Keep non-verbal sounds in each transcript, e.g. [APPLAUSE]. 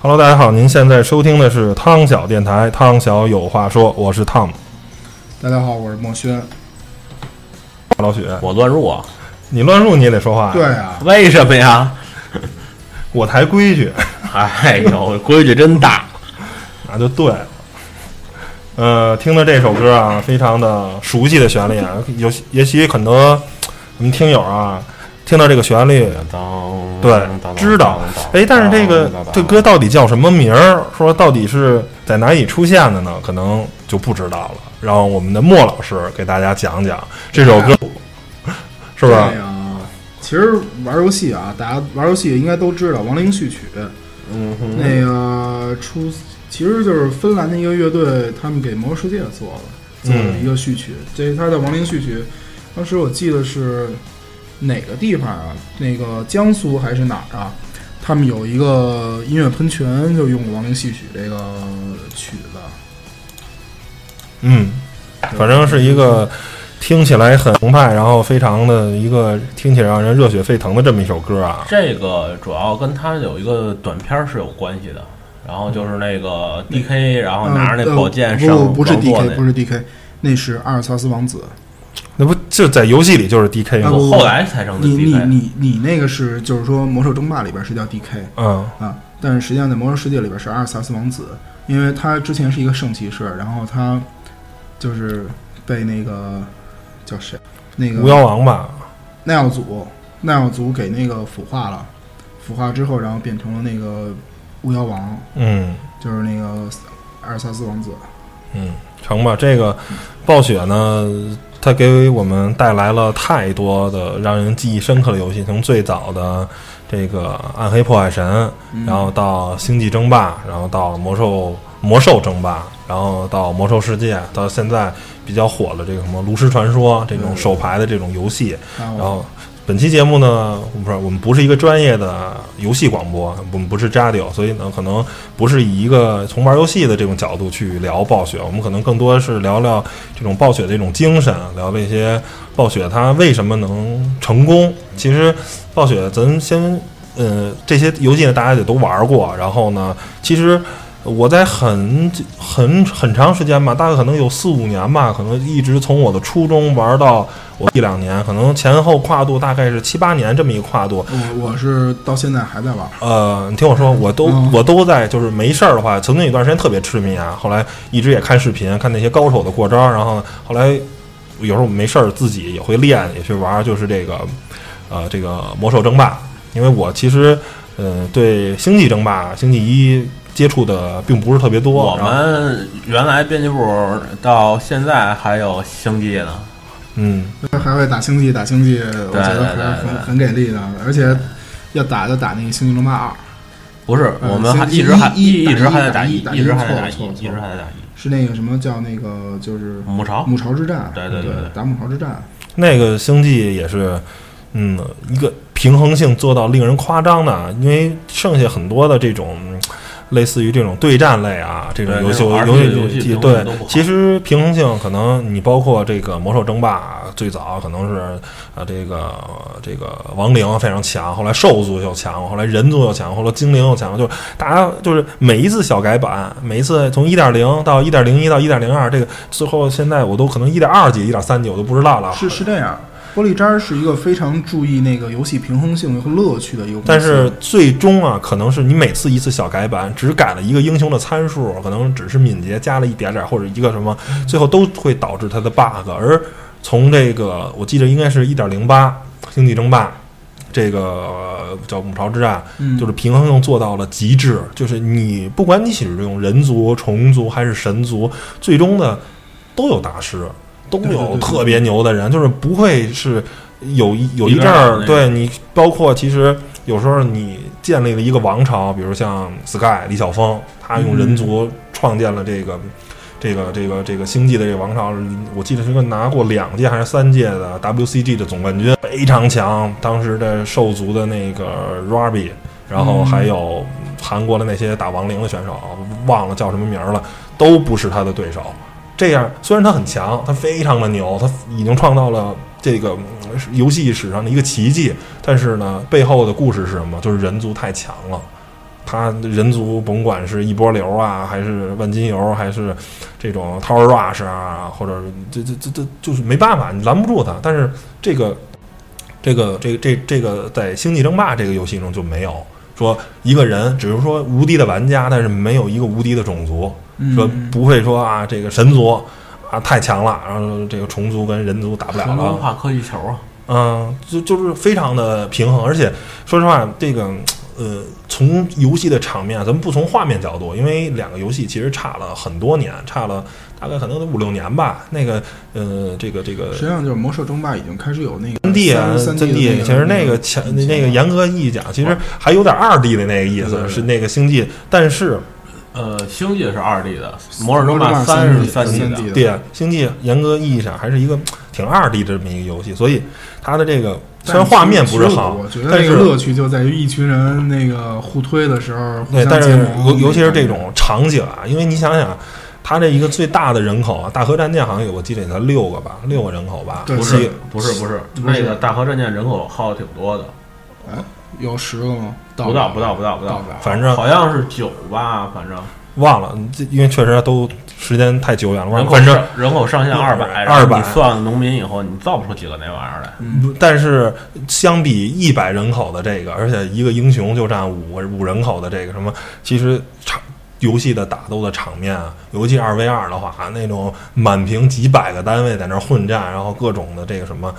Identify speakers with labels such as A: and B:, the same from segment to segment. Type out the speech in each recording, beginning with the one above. A: Hello，大家好，您现在收听的是汤小电台，汤小有话说，我是 Tom
B: 大家好，我是墨轩。
A: 老许，
C: 我乱入啊？
A: 你乱入你也得说话呀，
B: 对啊，
C: 为什么呀？
A: 我台规矩， [LAUGHS]
C: 哎呦，规矩真大。
A: 那啊就对了。呃，听着这首歌啊，非常的熟悉的旋律啊，有也许很多我们听友啊，听到这个旋律，
C: 当
A: 对，知道。哎，但是这个这歌到底叫什么名儿？说到底是在哪里出现的呢？可能就不知道了。让我们的莫老师给大家讲讲这首歌，是
B: 对
A: 吧？
B: 呀。其实玩游戏啊，大家玩游戏应该都知道《亡灵序曲》
C: 嗯哼，
B: 那个出，其实就是芬兰的一个乐队，他们给《魔兽世界》做
A: 嗯
B: 的做了一个序曲。这是他的《亡灵序曲》，当时我记得是哪个地方啊？那个江苏还是哪儿啊？他们有一个音乐喷泉，就用《亡灵序曲》这个曲子。
A: 嗯，反正是一个听起来很澎湃，然后非常的一个听起来让人热血沸腾的这么一首歌啊。
C: 这个主要跟他有一个短片儿是有关系的，然后就是那个 DK，然后哦拿着那宝剑
B: 嗯呃
C: 上
B: 不不是
C: 王座
B: DK，
C: 那
B: 不是 DK，那是阿尔萨斯王子。
A: 那不就在游戏里就是 DK 吗？
B: 啊不
C: 我后来才成的
B: 你你
C: DK。
B: 你你那个是就是说《魔兽争霸》里边是叫 DK
A: 嗯
B: 啊，但是实际上在《魔兽世界》里边是阿尔萨斯王子，因为他之前是一个圣骑士，然后他就是被那个叫谁那
A: 巫妖
B: 个
A: 王吧，
B: 奈奥祖奈奥祖给那个腐化了，腐化之后然后变成了那个巫妖王，
A: 嗯
B: 就是那个阿尔萨斯王子。
A: 嗯，成吧。这个暴雪呢，它给我们带来了太多的让人记忆深刻的游戏，从最早的这个《暗黑破坏神》，
B: 嗯
A: 然后到《星际争霸》，然后到《魔兽魔兽争霸》，然后到《魔兽世界》，到现在比较火的这个什么《炉石传说》这种
B: 对
A: 手牌的这种游戏。
B: 然
A: 然后本期节目呢，我们不是我们不是一个专业的游戏广播，我们不是 radio，所以呢，可能不是以一个从玩游戏的这种角度去聊暴雪，我们可能更多是聊聊这种暴雪的这种精神，聊了一些暴雪它为什么能成功。其实暴雪，咱先呃这些游戏呢，大家也都玩过，然后呢，其实。我在很很很长时间吧，大概可能有四五年吧，可能一直从我的初中玩到我一两年，可能前后跨度大概是七八年这么一个跨度。
B: 我我是到现在还在玩，
A: 呃，你听我说，我都、
B: 嗯
A: 我都在，就是没事儿的话，曾经有段时间特别痴迷啊，后来一直也看视频，看那些高手的过招，然后后来有时候没事儿自己也会练，也去玩，就是这个呃这个魔兽争霸，因为我其实呃对星际争霸、星际一接触的并不是特别多，
C: 我
A: 然后
C: 们原来编辑部到现在还有星际呢，
A: 嗯
B: 还会打星际，打星际，我觉得还
C: 对
B: 是
C: 对
B: 很
C: 对
B: 很给力的，而且要打就打那个《星际争霸二》，
C: 不是，
B: 嗯
C: 我们还
B: 星际
C: 一直还
B: 一
C: 一直还在
B: 打
C: 打
B: 一
C: 一，
B: 打一
C: 一直还在打
B: 错了错
C: 一，
B: 了
C: 一直还在打一。
B: 是那个什么叫那个就是
C: 母
A: 哦
C: 巢
B: 母巢之战，
C: 对
B: 对
C: 对对对
B: 打母巢之战，
A: 那个星际也是，嗯，一个平衡性做到令人夸张的，因为剩下很多的这种。嗯类似于这种对战类啊，这种
C: 对
A: 游戏
C: 那种 RPG 游戏
A: 戏
C: 平衡
A: 对
C: 性都不，好
A: 其实平衡性可能你包括这个魔兽争霸，最早可能是啊这个这个亡灵非常强，后来兽族又强，后来人族又强，后来精灵又强，就是大家就是每一次小改版，每一次从一点零到一点零一到一点零二，这个最后现在我都可能一点二几、一点三几我都不知
C: 哦
A: 道了，
B: 是是这样。玻璃渣是一个非常注意那个游戏平衡性和乐趣的一个公司，
A: 但是最终啊，可能是你每次一次小改版，只改了一个英雄的参数，可能只是敏捷加了一点点儿或者一个什么，最后都会导致它的 bug。而从这个我记得应该是一点零八星际争霸，这个呃叫母巢之战，
B: 嗯
A: 就是平衡性做到了极致，就是你不管你使用人族、虫族还是神族，最终呢都有大师，都
B: 对对
A: 有
B: 对
A: 特别牛的人，就是不会是有一有一
C: 一
A: 阵
C: 边儿
A: 儿，
C: 那
A: 对你包括其实有时候你建立了一个王朝，比如像 Sky 李晓峰，他
B: 嗯
A: 用人族创建了这个。这个这个这个星际的这个王朝，我记得是个拿过两届还是三届的 WCG 的总冠军，非常强。当时的兽族的那个 Ruby，然后还有韩国的那些打亡灵的选手，忘了叫什么名儿了，都不是他的对手。这样虽然他很强，他非常的牛，他已经创造了这个嗯游戏史上的一个奇迹，但是呢，背后的故事是什么？就是人族太强了。他人族甭管是一波流啊，还是万金油，还是这种 Tower Rush 啊，或者这这这这就是没办法，你拦不住他。但是这个这个这个这这个在《星际争霸》这个游戏中就没有说一个人，只是说无敌的玩家，但是没有一个无敌的种族，说
B: 嗯
A: 不会说啊这个神族啊太强了，然后这个虫族跟人族打不了
C: 神龙
A: 了，
C: 怕科技球啊，
A: 嗯，就就是非常的平衡，而且说实话，这个呃，从游戏的场面啊，咱们不从画面角度，因为两个游戏其实差了很多年，差了大概可能得五六年吧。那个呃，这个这个
B: 实际上就是《魔兽争霸》已经开始有那个
A: 三 D 啊，
B: 三
A: 三 D，其实那
B: 个
A: 个前那个严格意义讲，其实还有点二 D 的那个意
C: 对对
A: 思，
C: 对
A: 是那个星际，但是
C: 呃，星际是二 D 的，魔兽争
B: 争
C: 霸
B: 三
C: 是三
B: D
C: 的，
A: 对啊，星际严格意义上还是一个挺二 D 的这么一个游戏，所以它的这个虽然画面不是好
B: 我觉，
A: 但
B: 得那
A: 是
B: 个乐趣就在于一群人那个互推的时候，互
A: 对，
B: 相
A: 但
B: 结
A: 是
B: 盟
A: 尤尤其是
B: 那
A: 这
B: 个
A: 种场景啊，因为你想想，它这一个最大的人口啊，大河战舰好像有我记得也才六个吧，六个人口吧，
B: 对
C: 不
A: 七
C: 是
A: 个
C: 不是不是，
B: 不是
C: 那个大河战舰人口耗的挺多的，
B: 有十个吗？
C: 不到不到不到不
B: 到
C: 到
B: 不，了
A: 反正
C: 好像是九吧，反正
A: 忘了，这因为确实都时间太久远了，
C: 人
A: 忘了
C: 口
A: 反正
C: 上人口上限二
A: 200
C: 百，然后你算了农民以后，你造不出几个那玩意儿来。
A: 不但是相比一百人口的这个，而且一个英雄就占五个五人口的这个什么，其实场游戏的打斗的场面啊，尤其二 v 二的话，那种满屏几百个单位在那儿混战，然后各种的这个什么，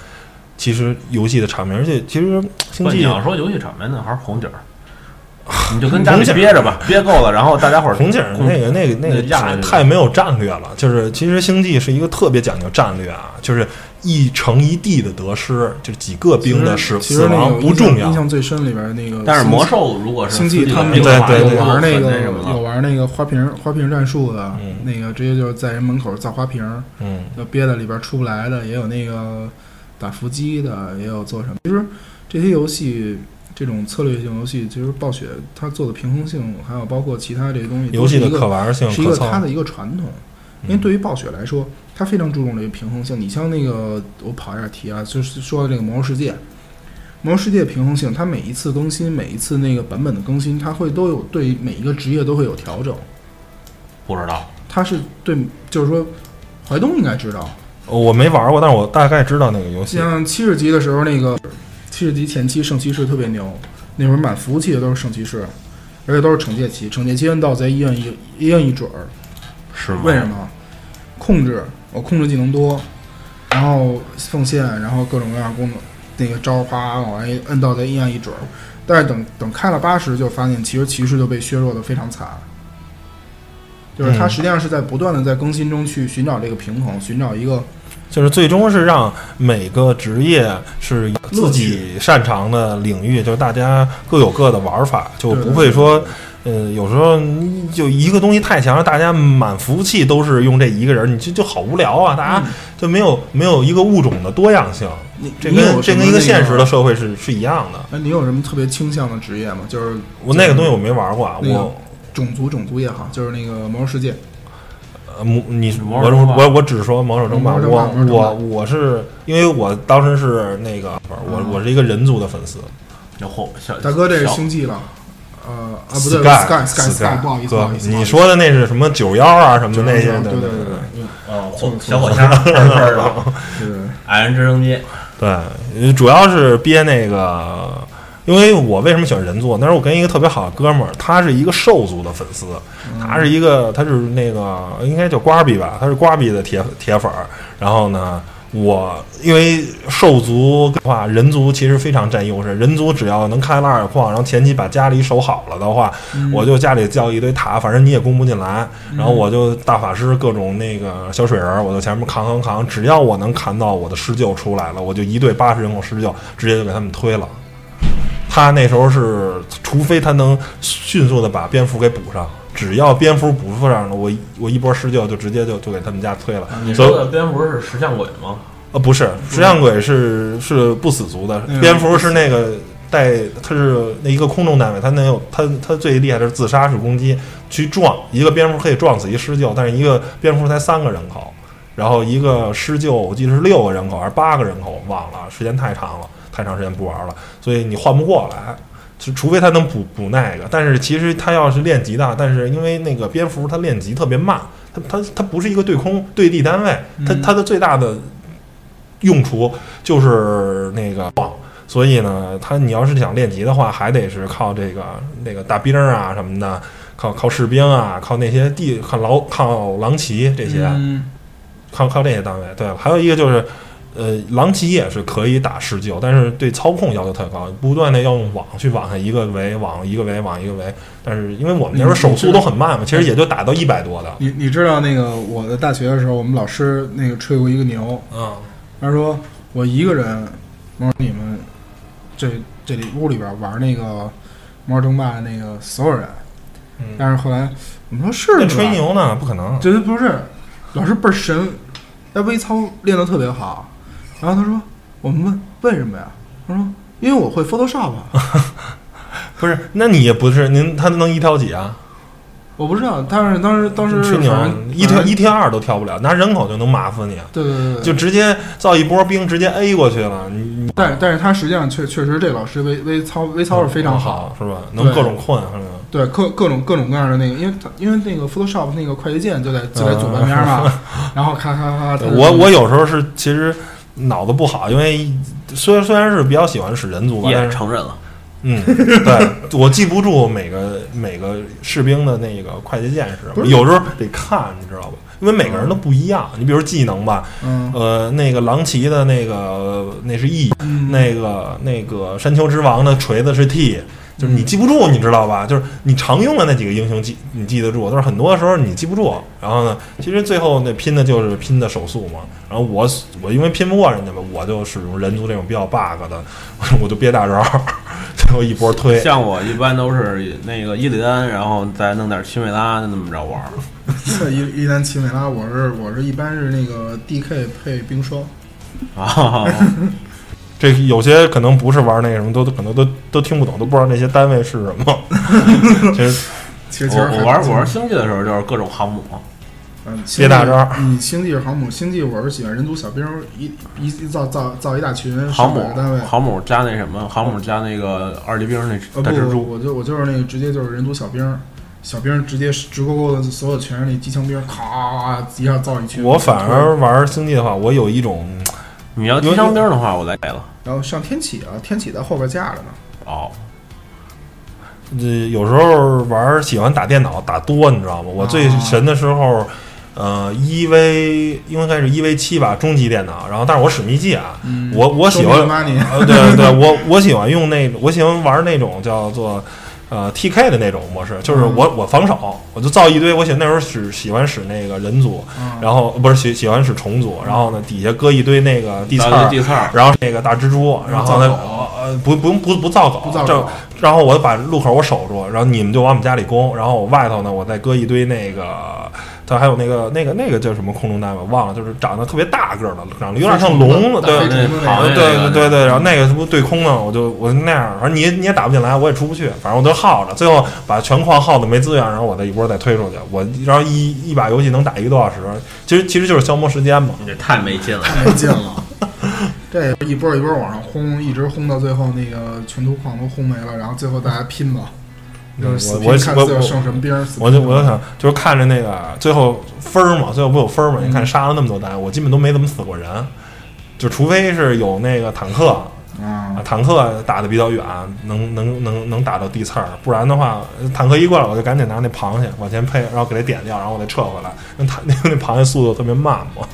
A: 其实游戏的场面，而且其实星
C: 不，你
A: 际
C: 要说游戏场面，那还是红警儿，你就跟家里憋着吧，憋够了，然后大家伙儿
A: 红警儿
C: 共
A: 那个那个那个
C: 那亚
A: 太
C: 洲
A: 太没有战略了，就是其实星际是一个特别讲究战略啊，就是一城一地的得失，就是几个兵的
B: 其实
A: 死
B: 其
A: 死
B: 实那
A: 亡
B: 个
A: 不重要
B: 印。象最深里边那个，
C: 但是魔兽如果是
B: 星际
C: 自己
B: 他们
C: 的
A: 对对
C: 有
A: 对
B: 玩那
C: 那
B: 个
C: 什么
B: 有
C: 了，
B: 玩那个花瓶花瓶战术的
A: 嗯，
B: 那个直接就是在人门口造花瓶，
A: 嗯，
B: 要憋在里边出不来的，也有那个打伏击的，也有做什么。其实这些游戏。这种策略性游戏，其实暴雪它做的平衡性，还有包括其他这些东西，
A: 游戏的
B: 可
A: 可玩性
B: 是一
A: 可
B: 个
A: 操嗯
B: 它。的一个传统。因为对于暴雪来说，它非常注重这个平衡性。你像那个，我跑一下题啊，就是说到这个《魔兽世界》，《魔兽世界》平衡性，它每一次更新，每一次那个版本的更新，它会都有对每一个职业都会有调整。
C: 不知道。
B: 它是对，就是说，怀东应该知道，
A: 我没玩过，但是我大概知道那个游戏。
B: 像七十级的时候，那个七十级前期圣骑士特别牛，那会儿满服务器的都是圣骑士，而且都是惩戒骑，惩戒骑摁盗贼一摁一一摁一准儿，
C: 是吗？
B: 为什么？控制，我控制技能多，然后奉献，然后各种各样的功能，那个招花往外摁到贼一按一准儿。但是等等开了八十，就发现其实骑士就被削弱的非常惨。就是它
A: 嗯
B: 实际上是在不断的在更新中去寻找这个平衡，寻找一个
A: 就是最终是让每个职业是自己擅长的领域，就是大家各有各的玩法，就
B: 对对
A: 不会说，呃，有时候你就一个东西太强了，大家满服务器都是用这一个人，你就就好无聊啊！大
B: 嗯
A: 家就没有没有一个物种的多样性，
B: 你
A: 这
B: 你
A: 跟
B: 有
A: 这
B: 什么
A: 跟一
B: 那
A: 个现实的。社会是是一样的。
B: 哎，你有什么特别倾向的职业吗？就是
A: 我那个东西我没玩过啊，
B: 那个
A: 我
B: 种族种族也好，就是那个魔兽世界，
A: 呃，魔你
C: 魔
A: 我
C: 兽争霸
A: 我我只说魔兽争霸，
B: 魔兽争霸
A: 我
B: 魔兽争霸
A: 我我是因为我当时是那个我
B: 啊
A: 我是一个人族的粉丝，
C: 有后小
B: 大哥这是
C: 小
B: 星际了，呃啊不对
A: Sky
B: Sky Sky，不好意思，不
A: 哥
B: 好意，思，不好
A: 你
B: 意思
A: 说的那是什么九幺啊什么的那些对
B: 对
A: 对
B: 对对对。
C: 嗯，火
B: 错
C: 小火枪，是吧
B: 对，
C: 矮人直升机，
A: 对，呃主要是憋那个，因为我为什么喜欢人族？那时候我跟一个特别好的哥们儿，他是一个兽族的粉丝，他是一个他是那个应该叫瓜比吧，他是瓜比的铁铁粉儿。然后呢，我因为兽族的话，人族其实非常占优势，人族只要能开拉尔矿，然后前期把家里守好了的话，我就家里造一堆塔，反正你也攻不进来。然后我就大法师各种那个小水人儿，我就前面扛扛扛，只要我能扛到我的施救出来了，我就一队八十人口施救，直接就给他们推了。他那时候是，除非他能迅速的把蝙蝠给补上，只要蝙蝠补不上了，我一我一波施救就直接就就给他们家推了。
C: 你
A: 所以
C: 说的蝙蝠是石像鬼吗？
A: 呃，不是，石像鬼是是不死族的
B: 嗯，
A: 蝙蝠是那个带，它是那一个空中单位，它能有它它最厉害的是自杀式攻击，去撞一个蝙蝠可以撞死一施救，但是一个蝙蝠才三个人口，然后一个施救我记得是六个人口还是八个人口，忘了，时间太长了，太长时间不玩了，所以你换不过来。就除非他能补补那个，但是其实他要是练级的，但是因为那个蝙蝠他练级特别慢，他他他不是一个对空对地单位，他
B: 嗯
A: 他的最大的用处就是那个晃，所以呢，他你要是想练级的话，还得是靠这个那个大兵啊什么的，靠靠士兵啊，靠那些地靠劳靠狼骑这些，啊
B: 嗯
A: 靠靠这些单位。对了，还有一个就是，呃，狼骑也是可以打十九，但是对操控要求太高，不断的要用网去网上一个围，网一个围，网一个围。但是因为我们那时候手速都很慢嘛，其实也就打到一百多的。
B: 你你知道那个我在大学的时候，我们老师那个吹过一个牛，
A: 嗯
B: 他说我一个人，我说你们这这里屋里边玩那个《猫争霸》那个所有人，
A: 嗯，
B: 但是后来我们说是啊
A: 那
B: 吧
A: 吹，牛呢？不可能。
B: 这不是，老师倍儿神，那微操练得特别好，然后他说我们问为什么呀？他说因为我会 Photoshop，啊
A: 不是，那你也不是您，他能一挑几啊？
B: 我不知道，但是当时当时
A: 吹牛
B: 反正，
A: 一挑
B: 反正
A: 一挑二都挑不了，拿人口就能麻死你，啊
B: 对对对对，
A: 就直接造一波兵，直接 A 过去了。你你
B: 但但是他实际上确确实这老师微微操微操是非
C: 哦
B: 常好，
A: 好，是吧？能各种困，是吧？
B: 对各各种各种各样的那个，因为他因为那个 Photoshop 那个快捷键就在就在左半边嘛，
C: 嗯 [LAUGHS]
B: 然后咔咔咔，它是
A: 我我有时候是其实脑子不好，因为虽然虽然是比较喜欢使人族吧，但
C: 也
A: 是
C: 承认了，
A: 嗯，对我记不住每个每个士兵的那个快捷键是什么，有时候得看，你知道吧？因为每个人都不一样。你比如技能吧，
B: [LAUGHS] 嗯
A: 呃，那个狼骑的那个那是 E，
B: 嗯
A: 那个那个山丘之王的锤子是 T，就是你记不住，你知道吧？就是你常用的那几个英雄记你记得住，但是很多时候你记不住。然后呢，其实最后那拼的就是拼的手速嘛。然后我我因为拼不过人家嘛，我就使用人族这种比较 bug 的， [LAUGHS] 我就憋大招， [LAUGHS] 最后一波推。
C: 像我一般都是那个伊利丹，然后再弄点奇美拉，就那么着玩儿。
B: 一一单奇美拉，我是我是一般是那个 DK 配冰霜，
C: 啊，
A: 这有些可能不是玩那个什么，都都可能都都听不懂，都不知道那些单位是什么。 [LAUGHS] 其实
B: 其实其
C: 我
B: 实
C: 我玩我玩星际的时候就是各种航母，
B: 嗯，星际
A: 别大招，
B: 你星际是航母，星际我是喜欢人族小兵一一一造造造一大群
C: 航
B: 上百
C: 母
B: 个单位。
C: 航母加那什么，航母加那个二级兵
B: 呃
C: 那大
B: 不
C: 蜘，蛛，
B: 我就我就是那个直接就是人族小兵，小兵直接直勾勾的所有全是那机枪兵，咔一下造一群。
A: 我反而玩星际的话，我有一种
C: 你要机枪兵的话，我来改了。
B: 然后上天启啊，天启在后边架着呢。
C: 哦，
A: 呃，有时候玩儿喜欢打电脑打多，你知道吗？我最
B: 啊
A: 神的时候，呃，一 v 应该是一 v 七吧，中级电脑。然后，但是我使密技啊，
B: 嗯
A: 我我喜欢，
B: 妈你，
A: 呃，对对对，我我喜欢用那，我喜欢玩那种叫做。呃，TK 的那种模式，就是我
B: 嗯
A: 我防守，我就造一堆。我喜那时候使喜欢使那个人组，
B: 嗯
A: 然后不是喜喜欢使虫组，然后呢底下搁一堆那个地刺儿，
C: 第四儿，
A: 然后那个大蜘蛛，然后呢
B: 嗯造狗
A: 呃不不用不不造狗，
B: 不造
A: 这
B: 狗，
A: 然后我把路口我守住，然后你们就往我们家里攻，然后我外头呢，我再搁一堆那个，它还有那个那个那个叫什么空中单位忘了，就是长得特别大个儿的，长得有点像龙，
B: 大飞啊
A: 对。
B: 虫的
C: 好
A: 对
B: 那个
A: 对
C: 像
A: 对对，然后那个是不是对空呢？我就我就那样，反正你也你也打不进来，我也出不去，反正我就耗着，最后把全矿耗的没资源，然后我再一波再推出去，我然后一一把游戏能打一个多小时，其实其实就是消磨时间嘛。
C: 你这太没劲了。
B: 太没劲了。这一波一波往上轰，一直轰到最后，那个全图矿都轰没了，然后最后大家拼吧，就是死
A: 嗯我我
B: 拼看
A: 我
B: 最后
A: 我
B: 剩什么兵。死拼
A: 我就我就想，就是看着那个最后分儿嘛，最后不有分儿嘛？你看杀了那么多单，我基本都没怎么死过人，就除非是有那个坦克，啊，
B: 啊
A: 坦克打的比较远，能能能能打到地刺儿，不然的话，坦克一过来我就赶紧拿那螃蟹往前配，然后给它点掉，然后我再撤回来。那坦 [LAUGHS] 那那螃蟹速度特别慢嘛。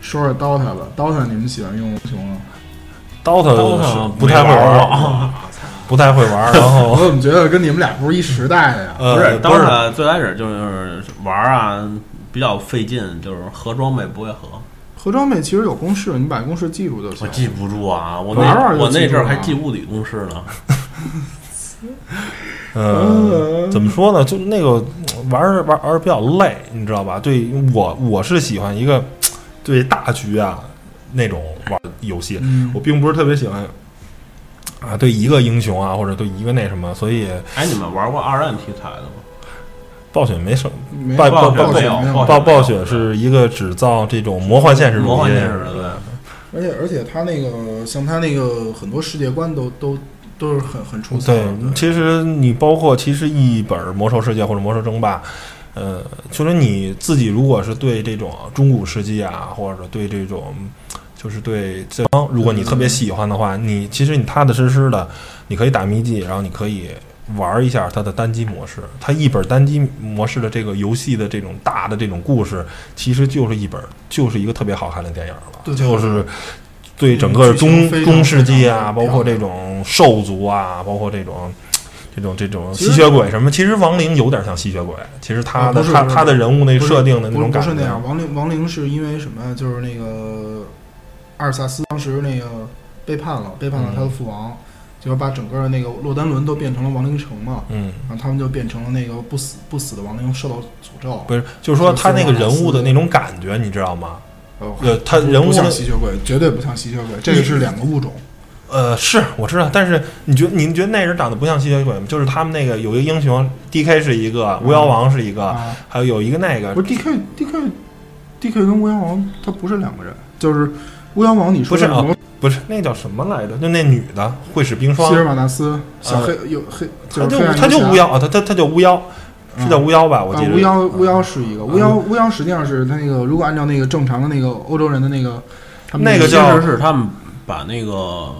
B: 说说 DOTA 吧，DOTA 你们喜欢用英雄啊？
A: DOTA 不太会呃玩儿，啊
C: [LAUGHS]
A: 不太会玩儿，然
B: 我
A: 后
B: 怎么觉得跟你们俩不是一时代的呀？
A: 呃
C: 不
A: [LAUGHS]
C: 是，
A: 不
C: 当
A: 是
C: 时最开始就是玩儿啊，比较费劲，就是合装备不会合。
B: 核装备其实有公式，你把公式记住就行。
C: 我记不住啊，我
B: 玩玩
C: 那
B: 就
C: 我那
B: 记住
C: 阵儿还
B: 了
C: 记物理公式呢。
A: 嗯，怎么说呢？就那个嗯玩儿玩儿玩儿比较累，你知道吧？对我我是喜欢一个对大局啊那种玩儿游戏，
B: 嗯
A: 我并不是特别喜欢啊对一个英雄啊或者对一个那什么，所以
C: 哎，你们玩过二战题材
A: [LAUGHS]
C: 的
A: 嗯
C: 吗？
A: 暴雪没什么。
B: 没
A: 暴
B: 暴
A: 暴
B: 雪
A: 没
C: 有
B: 没
C: 暴
A: 暴暴雪是一个只造这种魔幻现实主义，
C: 魔幻现实的，
B: 而且而且他那个像他那个很多世界观都都都是很很出色
A: 嗯对
B: 的。，
A: 其实你包括其实一本《魔兽世界》或者《魔兽争霸》，呃，就是你自己如果是对这种中古世纪啊，或者对这种就是对这帮，如果你特别喜欢的话，你其实你踏踏实实的，你可以打秘籍，然后你可以。玩一下它的单机模式，它一本单机模式的这个游戏的这种大的这种故事，其实就是一本，就是一个特别好看的电影了，
B: 对
A: 就是对整个
B: 剧
A: 中
B: 情非常
A: 中世纪啊，
B: 非常
A: 包括这种兽族啊，包括这种这种这种
B: 其
A: 吸
B: 实
A: 血鬼什么，其实亡灵有点像吸血鬼，其实他
B: 啊
A: 的
B: 不是
A: 他
B: 不是
A: 他的人物那
B: 不是
A: 设定的那
B: 不
A: 种
B: 是
A: 感
B: 不是那
A: 觉
B: 样。，亡灵亡灵是因为什么呀？就是那个阿尔萨斯当时那个背叛了，背叛了他的父王，
A: 嗯
B: 就是把整个那个洛丹伦都变成了亡灵城嘛，
A: 嗯，
B: 然后他们就变成了那个不死不死的亡灵，受到诅咒。
A: 不是，就是说
B: 就是
A: 他那个
B: 斯
A: 人
B: 旺
A: 物的
B: 斯
A: 那种感觉，你知道吗？
B: 哦
A: 呃，他人物
B: 不像
A: 的
B: 吸血鬼，绝对不像吸血鬼，这个是两个物种。
A: 呃，是我知道，但是你觉你们觉得那人长得不像吸血鬼吗？就是他们那个有一个英雄，D K 是一个，巫妖王是一个，
B: 啊，
A: 还有有一个那个
B: 不是 D K D K D K 跟巫妖王他不是两个人，就是巫妖王你
A: 不
B: 说
A: 是
B: 的
A: 啊
B: 魔
A: 不是那叫什么来着？就那女的会使冰霜
B: 希，尔马纳斯小
A: 呃
B: 黑有黑，
A: 他
B: 是
A: 就
B: 黑暗
A: 他就
B: 游侠
A: 巫妖啊，他他他就巫妖，
B: 嗯
A: 是叫巫妖吧？我
B: 啊
A: 记，得嗯
B: 巫妖巫妖是一个巫妖
A: 啊
B: 巫妖，实际上是他那个，如果按照那个正常的那个欧洲人的那个，他们
A: 那
B: 那
A: 个
C: 其
A: 叫
C: 实是他们把那个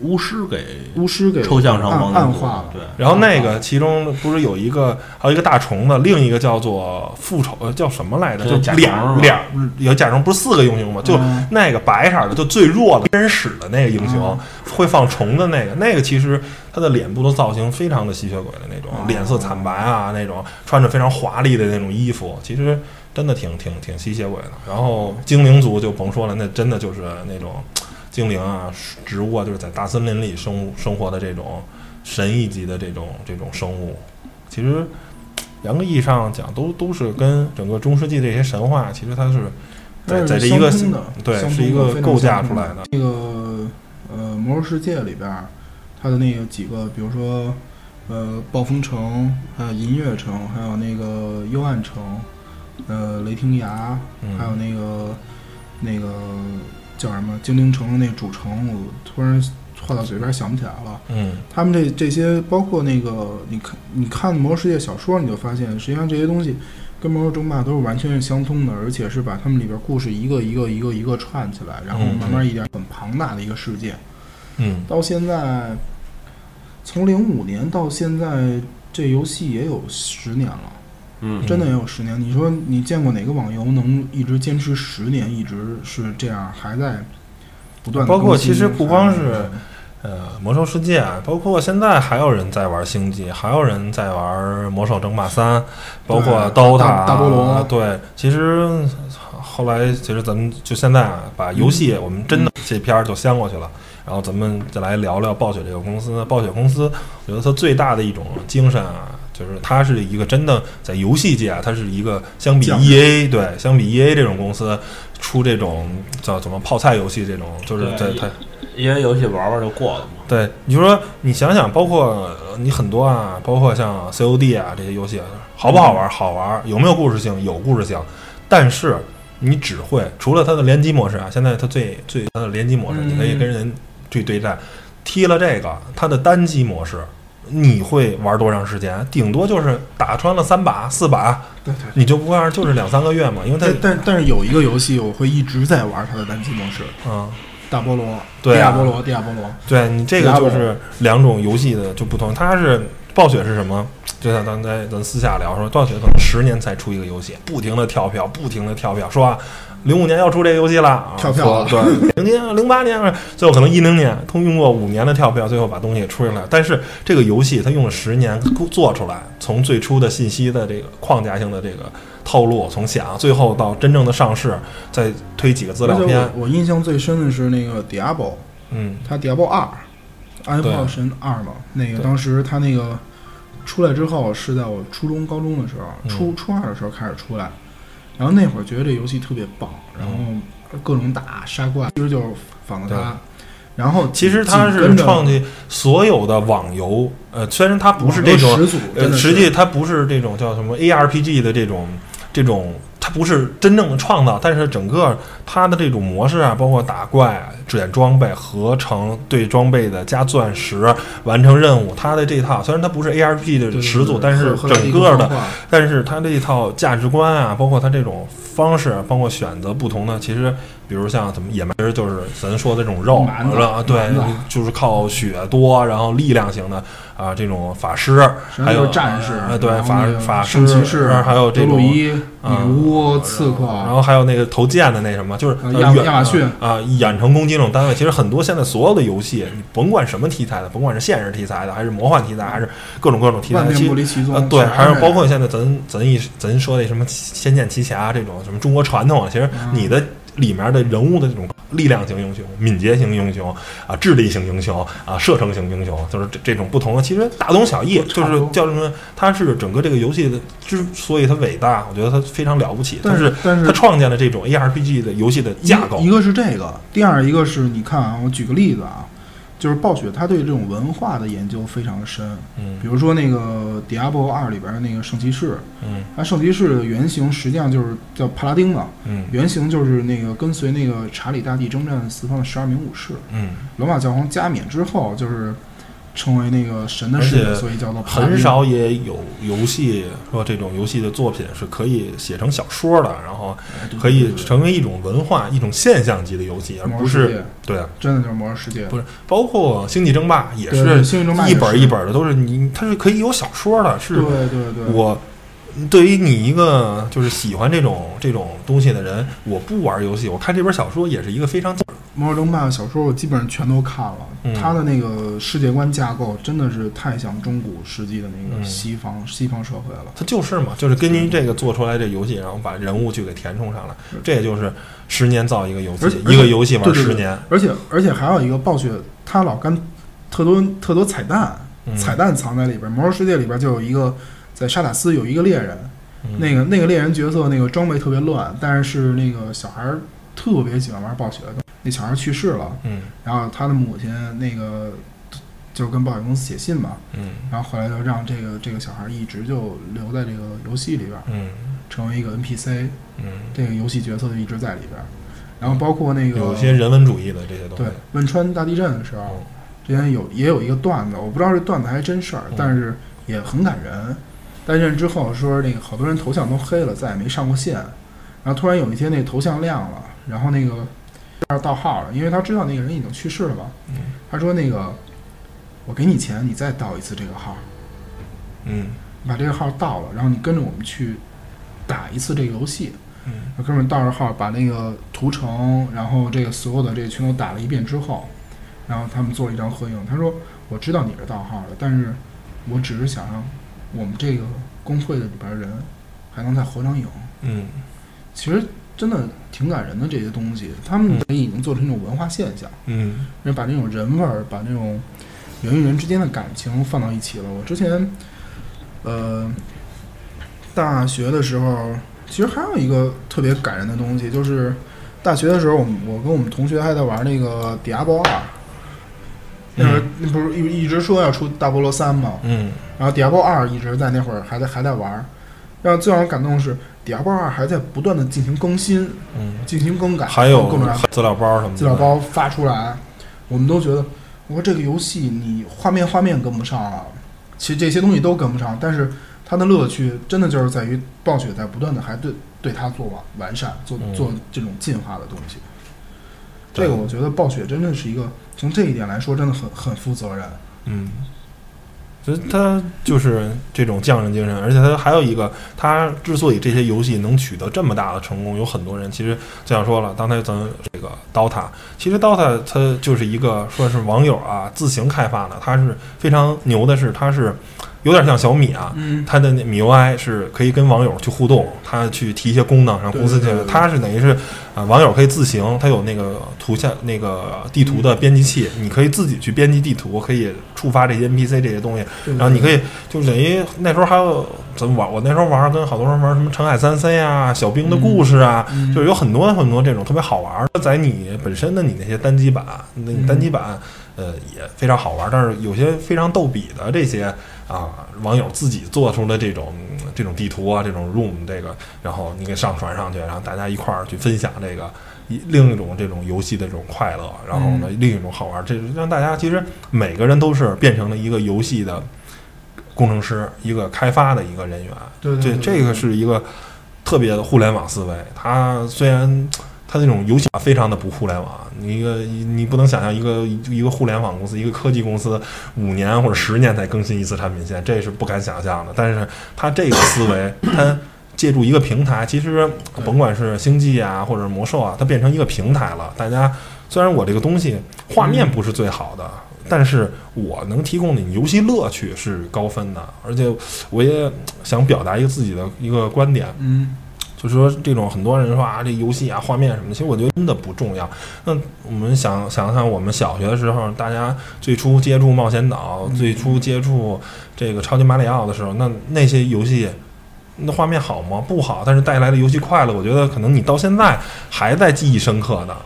C: 巫师给
B: 巫师给
C: 抽象成
B: 暗
C: 亡
B: 暗
C: 灵族
B: 化了，
C: 对，
A: 然后那个其中不是有一个，还有一个大虫子，另一个叫做复仇，呃叫什么来着？
C: 对
A: 就
C: 甲虫是
A: 俩
C: 吧
A: 俩有甲虫，不是四个英雄吗？就
B: 嗯
A: 那个白色的，就最弱的真使的那个英
C: 嗯
A: 雄，会放虫的那个，那个其实他的脸部的造型非常的吸血鬼的那种，
B: 哦
A: 脸色惨白啊，那种穿着非常华丽的那种衣服，其实真的挺挺挺吸血鬼的。然后精灵族就甭说了，那真的就是那种精灵啊、植物啊，就是在大森林里生物生活的这种神一级的这种这种生物，其实严格意义上讲，都都是跟整个中世纪这些神话，其实它是在
B: 它
A: 在
B: 是
A: 这一个
B: 相通的相
A: 对
B: 通的
A: 是一
B: 非
A: 个
B: 常
A: 构架
B: 相
A: 出
B: 通的
A: 来的。
B: 那个呃《魔兽世界》里边儿，它的那个几个，比如说呃暴风城，还有银月城，还有那个幽暗城，呃雷霆崖，还有
A: 嗯，
B: 那个那个叫什么精灵城的那主城，我突然话到嘴边想不起来了。
A: 嗯，
B: 他们这这些，包括那个，你看你看《魔兽世界》小说，你就发现，实际上这些东西跟《魔兽争霸》都是完全是相通的，而且是把他们里边故事一个一个一个一个串起来，然后慢慢一点很庞大的一个世界。
A: 嗯，
B: 到现在，从零五年到现在，这游戏也有十年了。
C: 嗯，
B: 真的也有十年。你说你见过哪个网游能一直坚持十年，一直是这样，还在不断地
A: 包括
B: 更新
A: 其实不光是
B: 还在
A: 呃，魔兽世界，包括现在还有人在玩星际，还有人在玩魔兽争霸三，包括
B: 对
A: DOTA 啊
B: 大大菠萝
A: 对，其实后来其实咱们就现在啊，把游戏我们真的这篇儿就掀过去了。然后咱们再来聊聊暴雪这个公司。暴雪公司，我觉得它最大的一种精神啊，就是它是一个真的在游戏界啊，它是一个相比
B: 匠
A: E A 对相比 E A 这种公司出这种叫什么泡菜游戏这种，就是在
C: 对
A: 它
C: 因为游戏玩玩就过了嘛，
A: 对，你就说你想想，包括呃你很多啊，包括像 COD 啊这些游戏，好不好玩？好玩，有没有故事性？有故事性，但是你只会除了它的联机模式啊，现在它最最它的联机模式，
B: 嗯
A: 你可以跟人去对战，踢了这个它的单机模式。你会玩多长时间？顶多就是打穿了三把、四把，
B: 对对。
A: 你就不玩就是两三个月嘛，因为它
B: 但但但是有一个游戏，我会一直在玩它的单机模式，
A: 嗯，
B: 大菠萝，
A: 对啊
B: 地亚波罗，地亚波罗，
A: 对你这个
B: 拉
A: 就
B: 拢
A: 是两种游戏的就不同，它是暴雪是什么？就像咱在咱私下聊说，暴雪可能十年才出一个游戏，不停的跳票，不停的跳票，说啊，零五年要出这个游戏了，啊
B: 跳票了
A: 说对，零年、零八年，最后可能一零年，通用过五年的跳票，最后把东西出来了。但是这个游戏它用了十年做出来，从最初的信息的这个框架性的这个套路，从想最后到真正的上市，再推几个资料
B: 而且
A: 片，
B: 我我印象最深的是那个 Diablo，
A: 嗯，
B: 它 Diablo 二，暗
A: 对
B: 夜破坏神二嘛，那个
A: 对
B: 当时它那个出来之后是在我初中、高中的时候，
A: 嗯
B: 初初二的时候开始出来，然后那会儿觉得这游戏特别棒，然后
A: 嗯
B: 各种打杀怪，其实就是仿的它。然后
A: 其实它是创
B: 的
A: 立所有的网游，呃，虽然它不是这种，
B: 始祖，真
A: 呃，
B: 的是
A: 实际它不是这种叫什么 ARPG 的这种这种它不是真正的创造，但是整个它的这种模式啊，包括打怪、制点装备、合成对装备的加钻石、完成任务，它的这套虽然它不是 ARP 的
B: 对
A: 始祖，
B: 对
A: 但是
B: 和
A: 整个
B: 和
A: 的
B: 一，化
A: 但是它这一套价值观啊，包括它这种方式，包括选择不同的，其实比如像怎么野蛮人，就是咱说的这种肉
B: 蛮子
A: 啊，对
B: 蛮子，
A: 就是靠血多，然后力量型的啊，这种法师，
B: 实际
A: 还
B: 上就
A: 有
B: 是战士
A: 啊，对
B: 然后
A: 法
B: 那个
A: 法
B: 圣
A: 师
B: 骑士，
A: 还有这
B: 德
A: 种
B: 鲁伊、
A: 啊
B: 女巫、刺客，
A: 然后还有那个投剑的那什么，就是
B: 啊
A: 呃
B: 亚
A: 远
B: 亚马逊
A: 啊，远程攻击这种单位，其实很多现在所有的游戏，你甭管什么题材的，甭管是现实题材的，还是魔幻题材，还是各种各种题材
B: 万，
A: 其
B: 变不
A: 实
B: 离其宗。
A: 啊，对，
B: 全
A: 还
B: 是
A: 有
B: 这
A: 包
B: 样
A: 括现在咱咱一咱说那什么《仙剑奇侠》这种什么中国传统啊，其实
B: 嗯
A: 你的里面的人物的这种力量型英雄、敏捷型英雄啊、智力型英雄啊、射程型英雄，就是这这种不同的，其实大同小异，就
B: 差不
A: 是
B: 多
A: 叫什么？它是整个这个游戏的之所以它伟大，我觉得它非常了不起，它
B: 但
A: 是
B: 但
A: 他
B: 是
A: 创建了这种 ARPG 的游戏的架构
B: 一一。个是这个，第二一个是你看啊，我举个例子啊，就是暴雪他对这种文化的研究非常深，
A: 嗯
B: 比如说那个《Diablo 二》里边的那个圣骑士，
A: 嗯
B: 它圣骑士的原型实际上就是叫帕拉丁嘛，
A: 嗯
B: 原型就是那个跟随那个查理大帝征战四方的十二名武士，
A: 嗯，
B: 罗马教皇加冕之后就是成为那个神的
A: 而
B: 视
A: 且
B: 野，所以叫做帕拉丁
A: 很少也有游戏说这种游戏的作品是可以写成小说的，然后
B: 哎
A: 可以成为一种文化、一种现象级的游戏，而
B: 魔
A: 不
B: 兽世
A: 是
B: 界
A: 对，
B: 真的就是魔兽世界，
A: 不是包括《星际争霸》也
B: 对对
A: 是
B: 星际争霸
A: 一
B: 也是
A: 本一本的，都是你它是可以有小说的，是
B: 对对对，
A: 我对于你一个就是喜欢这种这种东西的人，我不玩游戏，我看这本小说也是一个非常
B: 魔兽争霸小说我基本上全都看了，
A: 嗯
B: 它的那个世界观架构真的是太像中古世纪的那
A: 嗯
B: 个西方、西方社会了。
A: 它就是嘛，就是根据这个做出来这游戏，然后把人物去给填充上来，这也就是十年造一个游戏
B: 而且，
A: 一个游戏玩
B: 对对
A: 十
B: 对
A: 年，
B: 而且而且还有一个暴雪，它老干特多特多彩蛋，
A: 嗯
B: 彩蛋藏在里边。魔兽世界里边就有一个，在沙塔斯有一个猎人，
A: 嗯
B: 那个那个猎人角色那个装备特别乱，但是那个小孩儿特别喜欢玩暴雪的。那小孩儿去世了，
A: 嗯
B: 然后他的母亲那个就跟暴雪公司写信嘛，
A: 嗯
B: 然后后来就让这个这个小孩一直就留在这个游戏里边儿，
A: 嗯
B: 成为一个 NPC，
A: 嗯，
B: 这个游戏角色就一直在里边儿。然后包括那个
A: 有些人文主义的这些东西
B: 对，汶川大地震的时候
A: 嗯，
B: 之前有也有一个段子，我不知道是段子还是真事儿
A: 嗯，
B: 但是也很感人。大地震之后说那个好多人头像都黑了，再也没上过线。然后突然有一天那个头像亮了，然后那个盗号了，因为他知道那个人已经去世了嘛
A: 嗯。
B: 他说那个我给你钱，你再盗一次这个号。
A: 嗯
B: 把这个号盗了，然后你跟着我们去打一次这个游戏。
A: 嗯
B: 那哥们儿盗着号，把那个屠城，然后这个所有的这个全都打了一遍之后，然后他们做了一张合影。他说：“我知道你是盗号的，但是我只是想让我们这个工会的里边儿人还能再合张影。
A: 嗯”
B: 其实真的挺感人的这些东西，他们已经做成一种文化现象。
A: 嗯
B: 因为把那种人味儿，把那种人与人之间的感情放到一起了。我之前，呃，大学的时候，其实还有一个特别感人的东西，就是大学的时候，我们我跟我们同学还在玩那个《迪亚波二》，那会儿那不是一一直说要出《大菠萝三》吗？
A: 嗯
B: 然后《迪亚波二》一直在那会儿还在还在玩儿。然后最让我感动的是，《迪亚波二》还在不断的进行更新、
A: 嗯，
B: 进行更改，
A: 还有
B: 各种各样的
A: 资料包什么的，
B: 资料包发出来，我们都觉得，我说这个游戏你画面画面跟不上了，其实这些东西都跟不上，但是它的乐趣真的就是在于暴雪在不断的还对对它做完完善，做
A: 嗯
B: 做这种进化的东西。
A: 对
B: 这个我觉得暴雪真的是一个从这一点来说真的很很负责任，
A: 嗯，所以他就是这种匠人精神，而且他还有一个，他之所以这些游戏能取得这么大的成功，有很多人其实就像说了，刚才咱们这个 DOTA，其实 DOTA 它就是一个说是网友啊自行开发的，它是非常牛的是，它是有点像小米啊，
B: 嗯，
A: 它的那 MIUI 是可以跟网友去互动，它去提一些功能，让公司去
B: 对对对，对
A: 它是等于是啊、啊，网友可以自行，它有那个图像那个地图的编辑器，你可以自己去编辑地图，可以触发这些 NPC 这些东西，
B: 对
A: 然后你可
B: 以
A: 以就等于那时候还有怎么玩？我那时候玩儿跟好多人玩儿什么《澄海三 C》啊、《小兵的故事》啊，
B: 嗯
A: 就是有很多很多这种特别好玩儿的，在你本身的你那些单机版，那你单机版呃也非常好玩儿，但是有些非常逗比的这些啊网友自己做出的这种这种地图啊、这种 room 这个，然后你给上传上去，然后大家一块儿去分享这个。一另一种这种游戏的这种快乐，然后呢，
B: 嗯
A: 另一种好玩儿，这让大家其实每个人都是变成了一个游戏的工程师，一个开发的一个人员。
B: 对对
A: 这
B: 对
A: 这个是一个特别的互联网思维。它虽然它那种游戏化非常的不互联网，你一个你不能想象一个一个互联网公司、一个科技公司五年或者十年才更新一次产品线，这是不敢想象的。但是它这个思维，它。借助一个平台，其实甭管是星际啊，或者魔兽啊，它变成一个平台了。大家虽然我这个东西画面不是最好的，但是我能提供的游戏乐趣是高分的，而且我也想表达一个自己的一个观点，
B: 嗯
A: 就是说这种很多人说啊，这游戏啊、画面什么的，其实我觉得真的不重要。那我们想想想，我们小学的时候，大家最初接触冒险岛，
B: 嗯
A: 最初接触这个超级马里奥的时候，那那些游戏。那画面好吗？不好，但是带来的游戏快乐，我觉得可能你到现在还在记忆深刻的。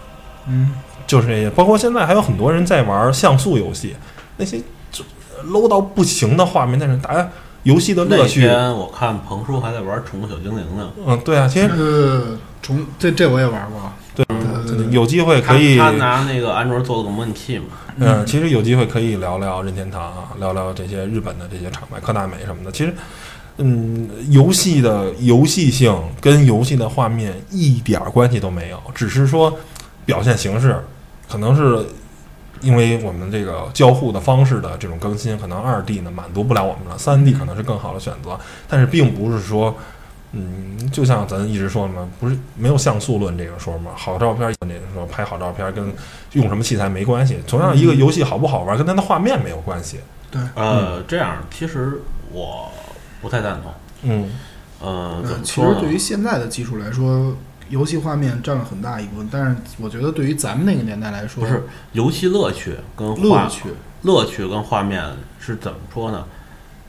B: 嗯，
A: 就是这些，包括现在还有很多人在玩像素游戏，那些就 low 到不行的画面，但是大家游戏的乐
C: 那
A: 趣，
C: 天我看彭叔还在玩《宠物小精灵》呢，
A: 嗯，对啊，其实
B: 呃，重这这我也玩过，
A: 对
B: 对对
A: 有机会
C: 他
A: 可以，
C: 他拿那个安卓做了个模拟器嘛，
A: 嗯，其实有机会可以聊聊任天堂啊，聊聊这些日本的这些厂牌，科大美什么的。其实，嗯，游戏的游戏性跟游戏的画面一点儿关系都没有，只是说表现形式可能是因为我们这个交互的方式的这种更新，可能二 D 呢满足不了我们了，三 D 可能是更好的选择，但是并不是说。嗯，就像咱一直说的嘛，不是没有像素论这个说嘛，好照片这个说拍好照片跟用什么器材没关系。同样一个游戏好不好玩，跟它的画面没有关系。
C: 呃，这样其实我不太赞同。
A: 嗯，
C: 嗯，怎
B: 呃
C: 么
B: 其
C: 说
B: 实
C: 呢？
B: 对于现在的技术来说，游戏画面占了很大一部分，但是我觉得对于咱们那个年代来说，
C: 不是游戏乐趣跟画
B: 乐趣，
C: 乐趣跟画面是怎么说呢？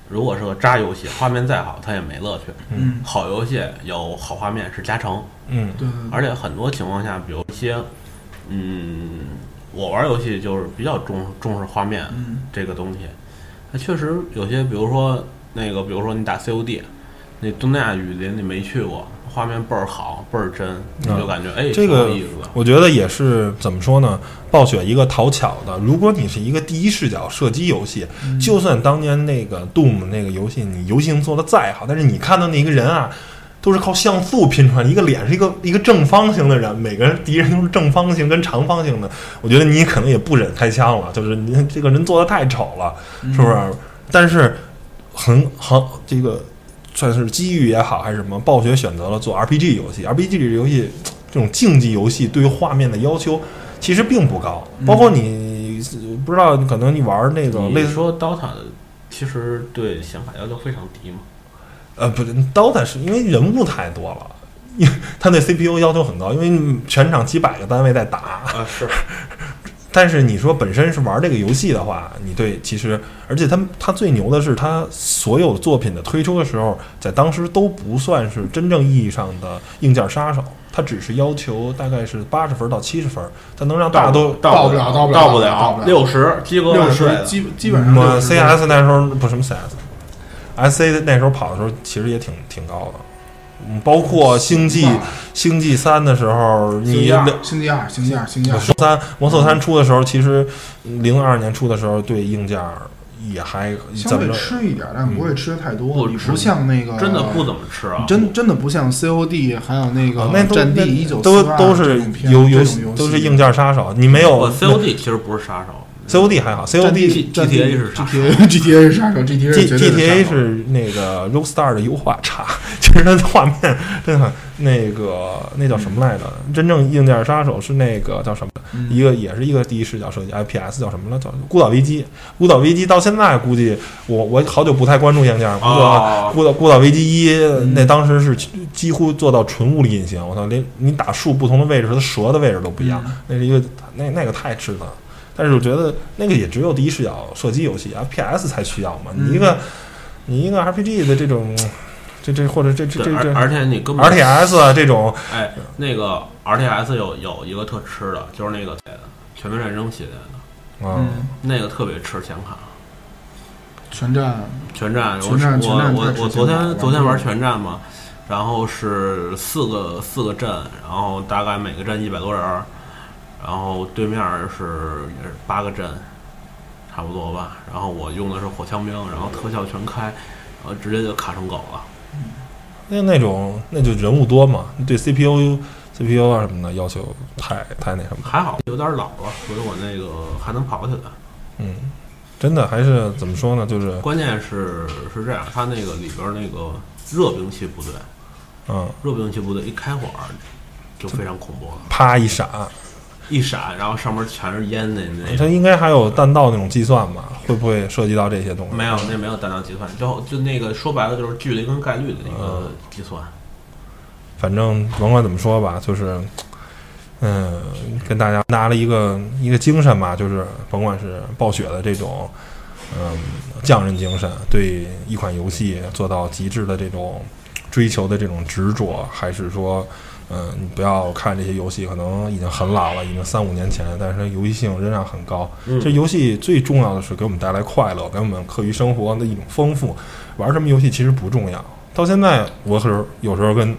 C: 如果是个渣游戏，画面再好，它也没乐趣。
A: 嗯
B: 嗯，
C: 好游戏有好画面是加成，
A: 嗯
B: 对对对，
C: 而且很多情况下，比如一些，嗯，我玩游戏就是比较重重视画面
B: 嗯
C: 这个东西。那确实有些，比如说那个，比如说你打 COD，那东南亚雨林你没去过，画面倍儿好，倍儿真，你就感觉哎，
A: 啊这
C: 挺有
A: 个
C: 意思的。
A: 我觉得也是怎么说呢？暴雪一个讨巧的，如果你是一个第一视角射击游戏，就算当年那个 Doom 那个游戏，你游戏性做的再好，但是你看到那个人啊，都是靠像素拼出来，一个脸是一个一个正方形的人，每个人敌人都是正方形跟长方形的，我觉得你可能也不忍开枪了，就是你这个人做的太丑了，是不是？但是很很这个算是机遇也好还是什么，暴雪选择了做 RPG 游戏，RPG 这个游戏这种竞技游戏对画面的要求其实并不高，包括你、不知道，可能你玩那个
C: 你
A: 类似
C: 说 DOTA 其实对显卡要求非常低嘛？
A: 呃不是 DOTA 是因为人物太多了。因为 [LAUGHS] 它对 CPU 要求很高，因为全场几百个单位在打，
C: 啊，是，
A: 但是你说本身是玩这个游戏的话，你对其实，而且他他最牛的是，他所有作品的推出的时候，在当时都不算是真正意义上的硬件杀手，他只是要求大概是八十分到七十分，他能让大家都
B: 到不
C: 不
B: 了
C: 到
B: 到
C: 不
B: 不了到
C: 了
B: 不了
C: 六十，鸡哥
B: 六
C: 万岁
B: 十
C: 了
B: 基本基本
A: 嗯
B: 上六十
A: CS 那时候不什么 CS，SC 那时候跑的时候其实也挺挺高的，嗯，包括星际
B: 嗯
A: 星际三的时候，
B: 星
A: 你
B: 期
A: 两
B: 二星期二星期二星期
A: 魔
B: 二，
A: 兽三，魔兽三出的时候，其实零二年出的时候，对硬件儿也还怎
B: 相
A: 么
B: 对
A: 着？
B: 吃一点，但不会吃的太多，
C: 不
B: 你
C: 吃
B: 不像那个
C: 真的不怎么吃啊，
B: 真真的不像 COD，还有那
A: 啊
B: 个
A: 那
B: 《
A: 都
B: 战地
A: 那
B: 一九四
A: 都
B: 二》
A: 都是游
B: 游
A: 游
B: 戏
A: 都是硬件杀手，你没有
C: 我 COD 其实不是杀手，
A: COD 还好
B: 战
A: ，COD
B: 地战地
C: GTA 是啥
B: GTA GTA 是杀手，GTA
A: G
B: 绝对
A: GTA
B: 杀手
A: 是那个 Rockstar 的优化差 [LAUGHS] 其实它的画面真的很那个那叫什么来着？真正硬件杀手是那个叫什么？
B: 嗯
A: 一个也是一个第一视角设计 IPS 叫什么了？叫《孤岛危机》。《孤岛危机》到现在估计我我好久不啊太关注硬件了。孤岛
C: 哦
A: 孤岛孤岛危机一那当时是几乎做到纯物理隐形，我操，连你打树不同的位置，它蛇的位置都不一样，
B: 嗯
A: 那是一个那那个太吃了。但是我觉得那个也只有第一视角射击游戏啊，PS 才需要嘛。你一个你一个 RPG 的这种，这这或者这这
C: 对，
A: 这
C: 而
A: 这
C: 而且你根本
A: RTS 啊这种，
C: 哎，那个 RTS 有有一个特吃的，就是那个全面战争系列的，
A: 啊，
B: 嗯，
C: 那个特别吃显卡。
B: 全站
C: 全战，我
B: 全战全战太
C: 我我
B: 吃惊
C: 我昨
B: 了
C: 天昨天
B: 嗯
C: 玩全战嘛，然后是四个四个镇，然后大概每个镇一百多人儿，然后对面是也是八个镇，差不多吧。然后我用的是火枪兵，然后特效全开，然后直接就卡成狗了。
A: 那那种那就人物多嘛，对 CPU CPU 啊什么的要求太太那什么，
C: 还好有点老了，所以我那个还能跑起来。
A: 嗯，真的还是怎么说呢，就是
C: 关键是是这样，它那个里边儿那个热兵器部队，
A: 嗯，
C: 热兵器部队一开火儿就非常恐怖了。
A: 啪一闪，
C: 一闪，然后上面全是烟那那
A: 它
C: 种。
A: 应该还有弹道那种计算吧？会不会涉及到这些东西？
C: 没有，那没有单量计算，就就那个说白了就是距离跟概率的一个计算。
A: 反正甭管怎么说吧，就是，嗯，跟大家拿了一个一个精神吧，就是甭管是暴雪的这种，嗯，匠人精神，对一款游戏做到极致的这种追求的这种执着，还是说，嗯，你不要看这些游戏可能已经很老了，已经三五年前了，但是它游戏性仍然很高。
C: 嗯
A: 这游戏最重要的是给我们带来快乐，给我们课余生活的一种丰富。玩什么游戏其实不重要。到现在，我是有时候跟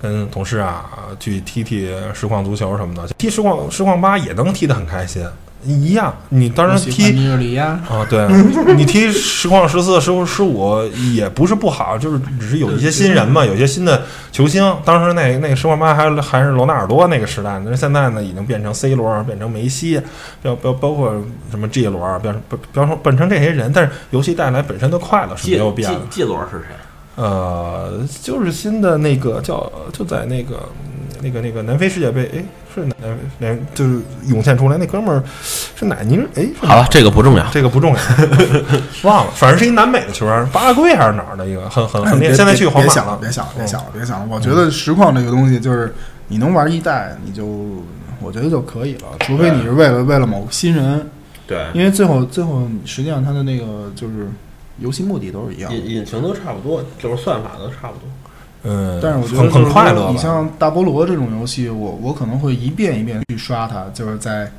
A: 跟同事啊去踢踢实况足球什么的，踢实况实况八也能踢得很开心，一样。你当然踢
B: 尼日利亚，
A: 啊，对你踢实况十四、十五、十五也不是不好，就是只是有一些新人嘛，有一些新的球星。当时那那个实况八还还是罗纳尔多那个时代，那现在呢已经变成 C 罗，变成梅西，包包包括什么 G 罗，变变变成变成这些人。但是游戏带来本身的快乐是没
C: 季
A: 有变
C: 季
A: 的。
C: 季轮是谁？
A: 呃，就是新的那个叫就在那个那个那个南非世界杯，哎，是南南就是涌现出来那哥们儿是哪尼日？哎，是哪
C: 好了，这个不重要。
A: 这个不重要，忘了，反正是一南美的球员，巴拉圭还是哪儿的一个，很很很厉害。
B: 别
A: 嗯现在去皇
B: 别
A: 马嗯
B: 想了，别想了，别想了，别想了。我觉得实况这个东西，就是你能玩一代，你就我觉得就可以了，除非你是为了为了某个新人，
C: 对，
B: 因为最后最后实际上他的那个就是游戏目的都是一样的。
C: 引引擎都差不多，就是算法都差不多。
A: 嗯，
B: 但是我觉得
A: 很
B: 就是
A: 很
B: 说
A: 快乐
B: 你
A: 吧。
B: 像大菠萝这种游戏，我我可能会一遍一遍去刷它，就是在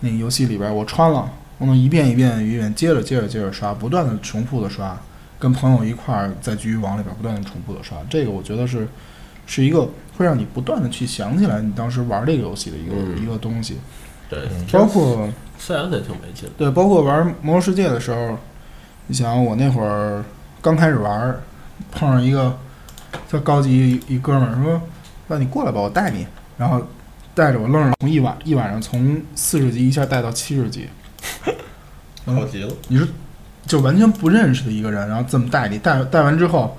B: 那个游戏里边我穿了，我能一遍一遍一遍接着接着接着刷，不断的重复的刷，跟朋友一块儿在局域网里边不断的重复的刷，这个我觉得是是一个会让你不断的去想起来你当时玩这个游戏的一个、
C: 嗯
B: 一个东西，
C: 对，
B: 包括
C: CS 也挺没劲的。
B: 对，包括玩《魔兽世界》的时候，你想我那会儿刚开始玩儿，碰上一个特高级一一哥们儿说：“那你过来吧，我带你。”然后带着我愣是从一晚一晚上从四十级一下带到七十级，嗯
C: 极了。
B: 你是就完全不认识的一个人，然后这么带你带带完之后，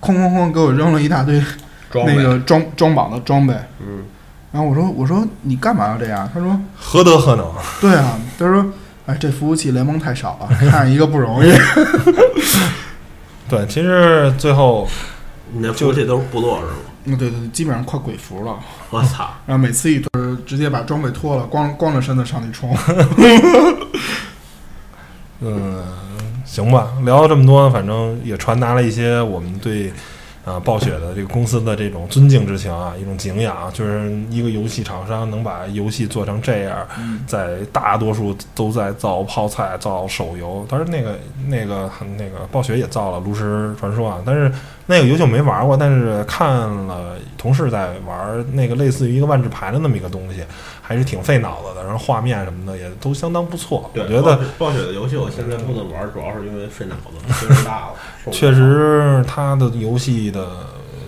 B: 哐哐哐给我扔了一大堆那个装装榜的装备，
C: 嗯，
B: 然后我说我说你干嘛要这样？他说
A: 何德何能？
B: 对啊，他说，哎，这服务器联盟太少了，看一个不容易。
A: 对，其实最后
C: 你那服务器都是部落是吗？
B: 嗯，对对对，基本上快鬼服了。
C: 我操！
B: 然后每次一推，直接把装备脱了，光光着身子上去冲。
A: 嗯，行吧，聊了这么多，反正也传达了一些我们对啊、暴雪的这个公司的这种尊敬之情啊，一种敬仰，就是一个游戏厂商能把游戏做成这样，在大多数都在造泡菜、造手游，当然那个那个那个暴雪也造了《炉石传说》啊，但是那个游戏我没玩过，但是看了同事在玩那个类似于一个万智牌的那么一个东西，还是挺费脑子的，然后画面什么的也都相当不错，我
C: 对，
A: 觉得
C: 暴雪暴雪的游戏我现在不怎么玩，主要是因为费脑子，岁数大了。受不了
A: 确。实，他的游戏的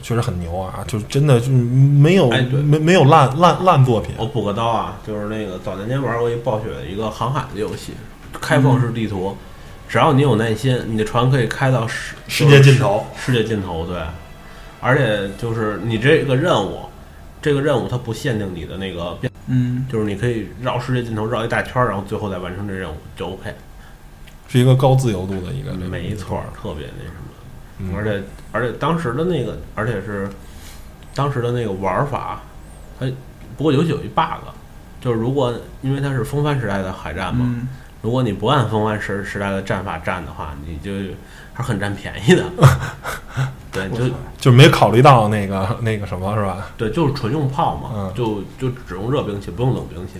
A: 确实很牛啊，就是真的就是没有、
C: 哎对
A: 没没有烂烂烂作品。
C: 我补个刀
A: 嗯
C: 啊，就是那个早年间玩过一暴雪的一个航海的游戏，开放式地图，只要你有耐心，你的船可以开到世
A: 世界尽头，
C: 世界尽头对。而且就是你这个任务，这个任务它不限定你的那个变，
B: [LAUGHS] 嗯，
C: 就是你可以绕世界尽头绕一大圈儿，然后最后再完成这任务就 OK。
A: 是一个高自由度的一个。
C: 没错儿，，特别那什么。
A: 嗯
C: 而且而且当时的那个，而且是当时的那个玩儿法，它不过游戏有一 bug，就是如果因为它是风帆时代的海战嘛，
B: 嗯
C: 如果你不按风帆时时代的战法战的话，你就还是很占便宜的。对，
B: 我
C: 就
B: 操
A: 就没考虑到那个那个什么是吧？
C: 对，就是纯用炮嘛，
A: 嗯
C: 就就只用热兵器，不用冷兵器。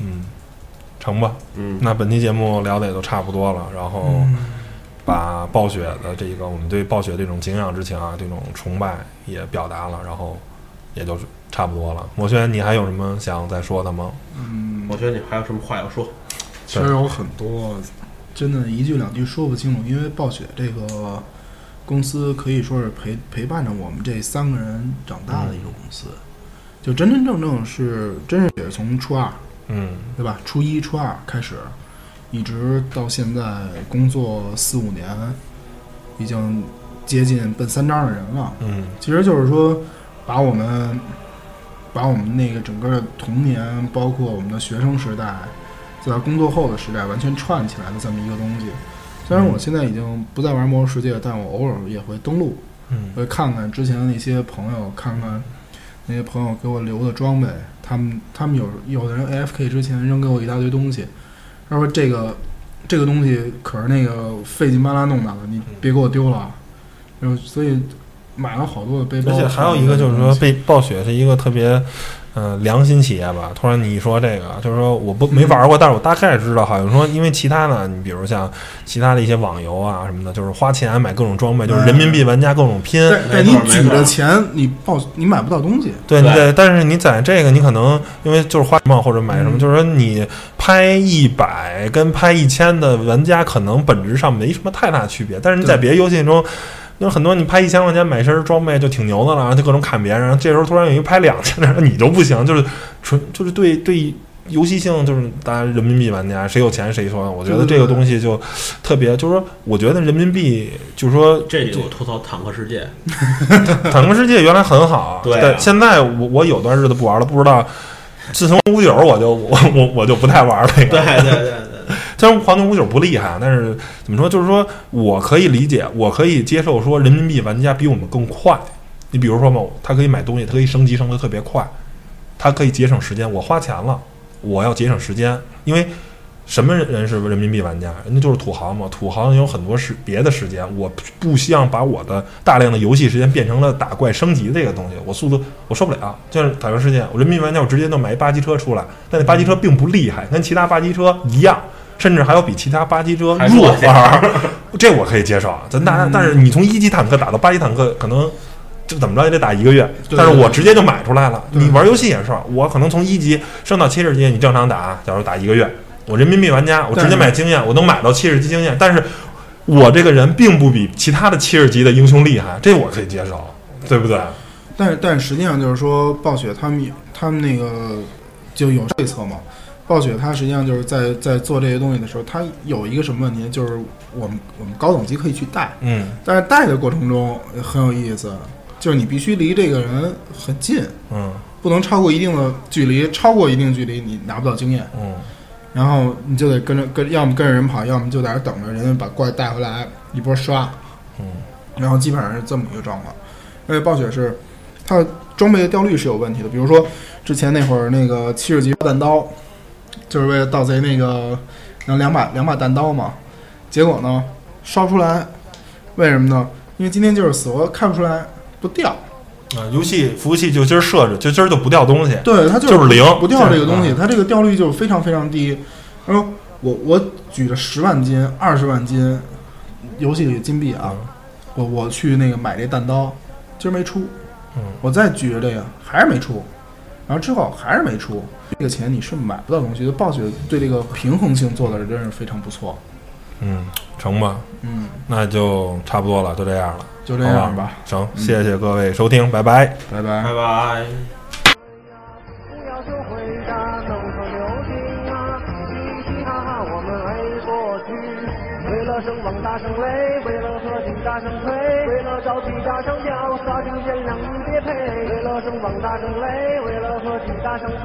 A: 嗯，成吧。
C: 嗯，
A: 那本期节目聊的也都差不多了，然后
B: 嗯
A: 把暴雪的这个我们对暴雪这种敬仰之情啊，这种崇拜也表达了，然后也就差不多了。墨轩，你还有什么想再说的吗？
B: 嗯，
C: 我觉得你还有什么话要说？
B: 其实有很多，真的，一句两句说不清楚，因为暴雪这个公司可以说是陪陪伴着我们这三个人长大的一个公司，就真真正正是，真是也是从初二
A: 嗯
B: 对吧？初一、初二开始，一直到现在工作四五年，已经接近奔三张的人了。
A: 嗯
B: 其实就是说，把我们把我们那个整个童年，包括我们的学生时代，再到工作后的时代，完全串起来的这么一个东西。虽然我现在已经不再玩《魔兽世界》，但我偶尔也会登录，
A: 嗯
B: 会看看之前的那些朋友，看看那些朋友给我留的装备，他们他们有有的人 AFK 之前扔给我一大堆东西，他说这个这个东西可是那个费劲巴拉弄的了，你别给我丢了啊。然后所以买了好多的背包，
A: 而且还有一个就是说，被暴雪是一个特别。嗯，良心企业吧。突然你一说这个，就是说我不没玩过，但是我大概知道，好像说因为其他的，你比如像其他的一些网游啊什么的，就是花钱买各种装备，就是人民币玩家各种拼，
B: 但但
C: 没
B: 你
C: 错
B: 举
C: 没错
B: 着钱，你报你买不到东西，
A: 对，你
C: 对
A: 得，但是你在这个，你可能因为就是花什么或者买什么，
B: 嗯
A: 就是说你拍一百跟拍一千的玩家，可能本质上没什么太大区别。但是你在
B: 对
A: 别的游戏中，有很多你拍一千块钱买一身装备就挺牛的了，然后就各种砍别人，然后这时候突然有一个拍两千的，然后你就不行，就是纯就是对对。游戏性就是大家人民币玩家，谁有钱谁说。我觉得这
B: 对对
A: 个
B: 对
A: 东西就特别，就是说，我觉得人民币就是说
C: 这里我吐槽《坦克世界 [LAUGHS]
A: 坦克世界原来很好，
C: 对啊
A: 但现在我我有段日子不玩了，不知道。自从五九，我就 [LAUGHS] 我我我就不太玩了。》
C: 对。对对对对，
A: 虽然黄金五九不厉害，但是怎么说，就是说我可以理解，我可以接受说人民币玩家比我们更快。你比如说嘛，他可以买东西，他可以升级升得特别快，他可以节省时间。我花钱了，我要节省时间，因为什么人是人民币玩家？人家就是土豪嘛，土豪有很多是别的时间，我不希望把我的大量的游戏时间变成了打怪升级这个东西，我速度我受不了。就是打游世界，我人民币玩家，我直接就买一八级车出来，但那八级车并不厉害，跟其他八级车一样，甚至还有比其他八级车
C: 还
A: 弱
C: 弱
A: 法儿，这我可以接受。啊咱大家，
B: 嗯
A: 但是你从一级坦克打到八级坦克，可能。这怎么着也得打一个月，
B: 对
A: 但是
B: 对
A: 我
B: 对
A: 直接就买出来了。
B: 对
A: 你玩游戏也是，我可能从一级升到七十级，你正常打，假如打一个月，我人民币玩家，我直接买经验，我能买到七十级经验，但是我这个人并不比其他的七十级的英雄厉害，这我可以接受，对不对？
B: 但是但实际上就是说，暴雪他们他们那个就有对策嘛。暴雪它实际上就是在在做这些东西的时候，它有一个什么问题，就是我们我们高等级可以去带，
A: 嗯
B: 但是带的过程中呃很有意思，就是你必须离这个人很近，
A: 嗯
B: 不能超过一定的距离，超过一定距离你拿不到经验，
A: 嗯
B: 然后你就得跟着跟，要么跟着人跑，要么就在那儿等着人家把怪带回来一波刷，
A: 嗯，
B: 然后基本上是这么一个状况。而且暴雪是它的装备的掉率是有问题的，比如说之前那会儿那个七十级弹刀，就是为了盗贼那个那两把两把弹刀嘛，结果呢烧出来，为什么呢？因为今天就是死活看不出来不掉，
A: 啊，游戏服务器就今儿设置，就今儿就不掉东西，
B: 对，它
A: 就是零，
B: 不掉这个东西，
A: 嗯
B: 它这个掉率就非常非常低。然后我我举了十万金、二十万金，游戏里的金币啊，
A: 嗯
B: 我我去那个买这弹刀，今儿没出，
A: 嗯
B: 我再举着这个还是没出，然后之后还是没出，这个钱你是买不到东西的。暴雪对这个平衡性做的真是非常不错，
A: 嗯，成吧，
B: 嗯，
A: 那就差不多了，就这样了，
B: 就这样吧，嗯
A: 成，谢谢各位收听，拜拜。
B: 拜拜
C: 拜拜。
D: 不要求回答，都说刘冰啊，嘻嘻哈哈我们爱过去。了声望大声擂，为了和平大声推，为了朝气大声叫，杀敌人让你别配。为了声望大声擂，为了和平大声推，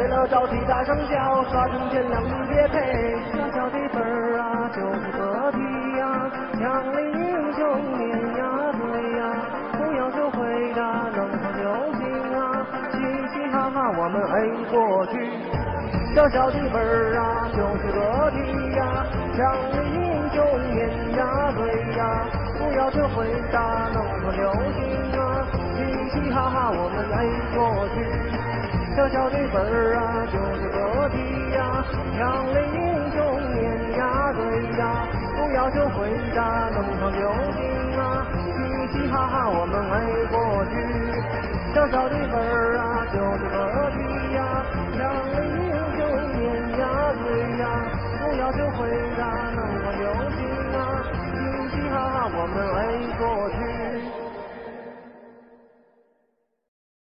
D: 为了朝气大声叫，杀敌人让你别配。小小的本儿啊，就是个屁呀、强邻就碾压对呀、不要就回答能否流行啊，嘻嘻哈哈我们 A 过去。小小的本儿啊，就是个屁呀，让你就碾压对呀，不要去回答弄个流行啊，嘻嘻哈哈我们来过去。小小的本儿啊，就是个屁呀，让你就碾压对呀，不要去回答弄个流行啊，嘻嘻哈哈我们来过去。小小的本儿啊，就是个屁。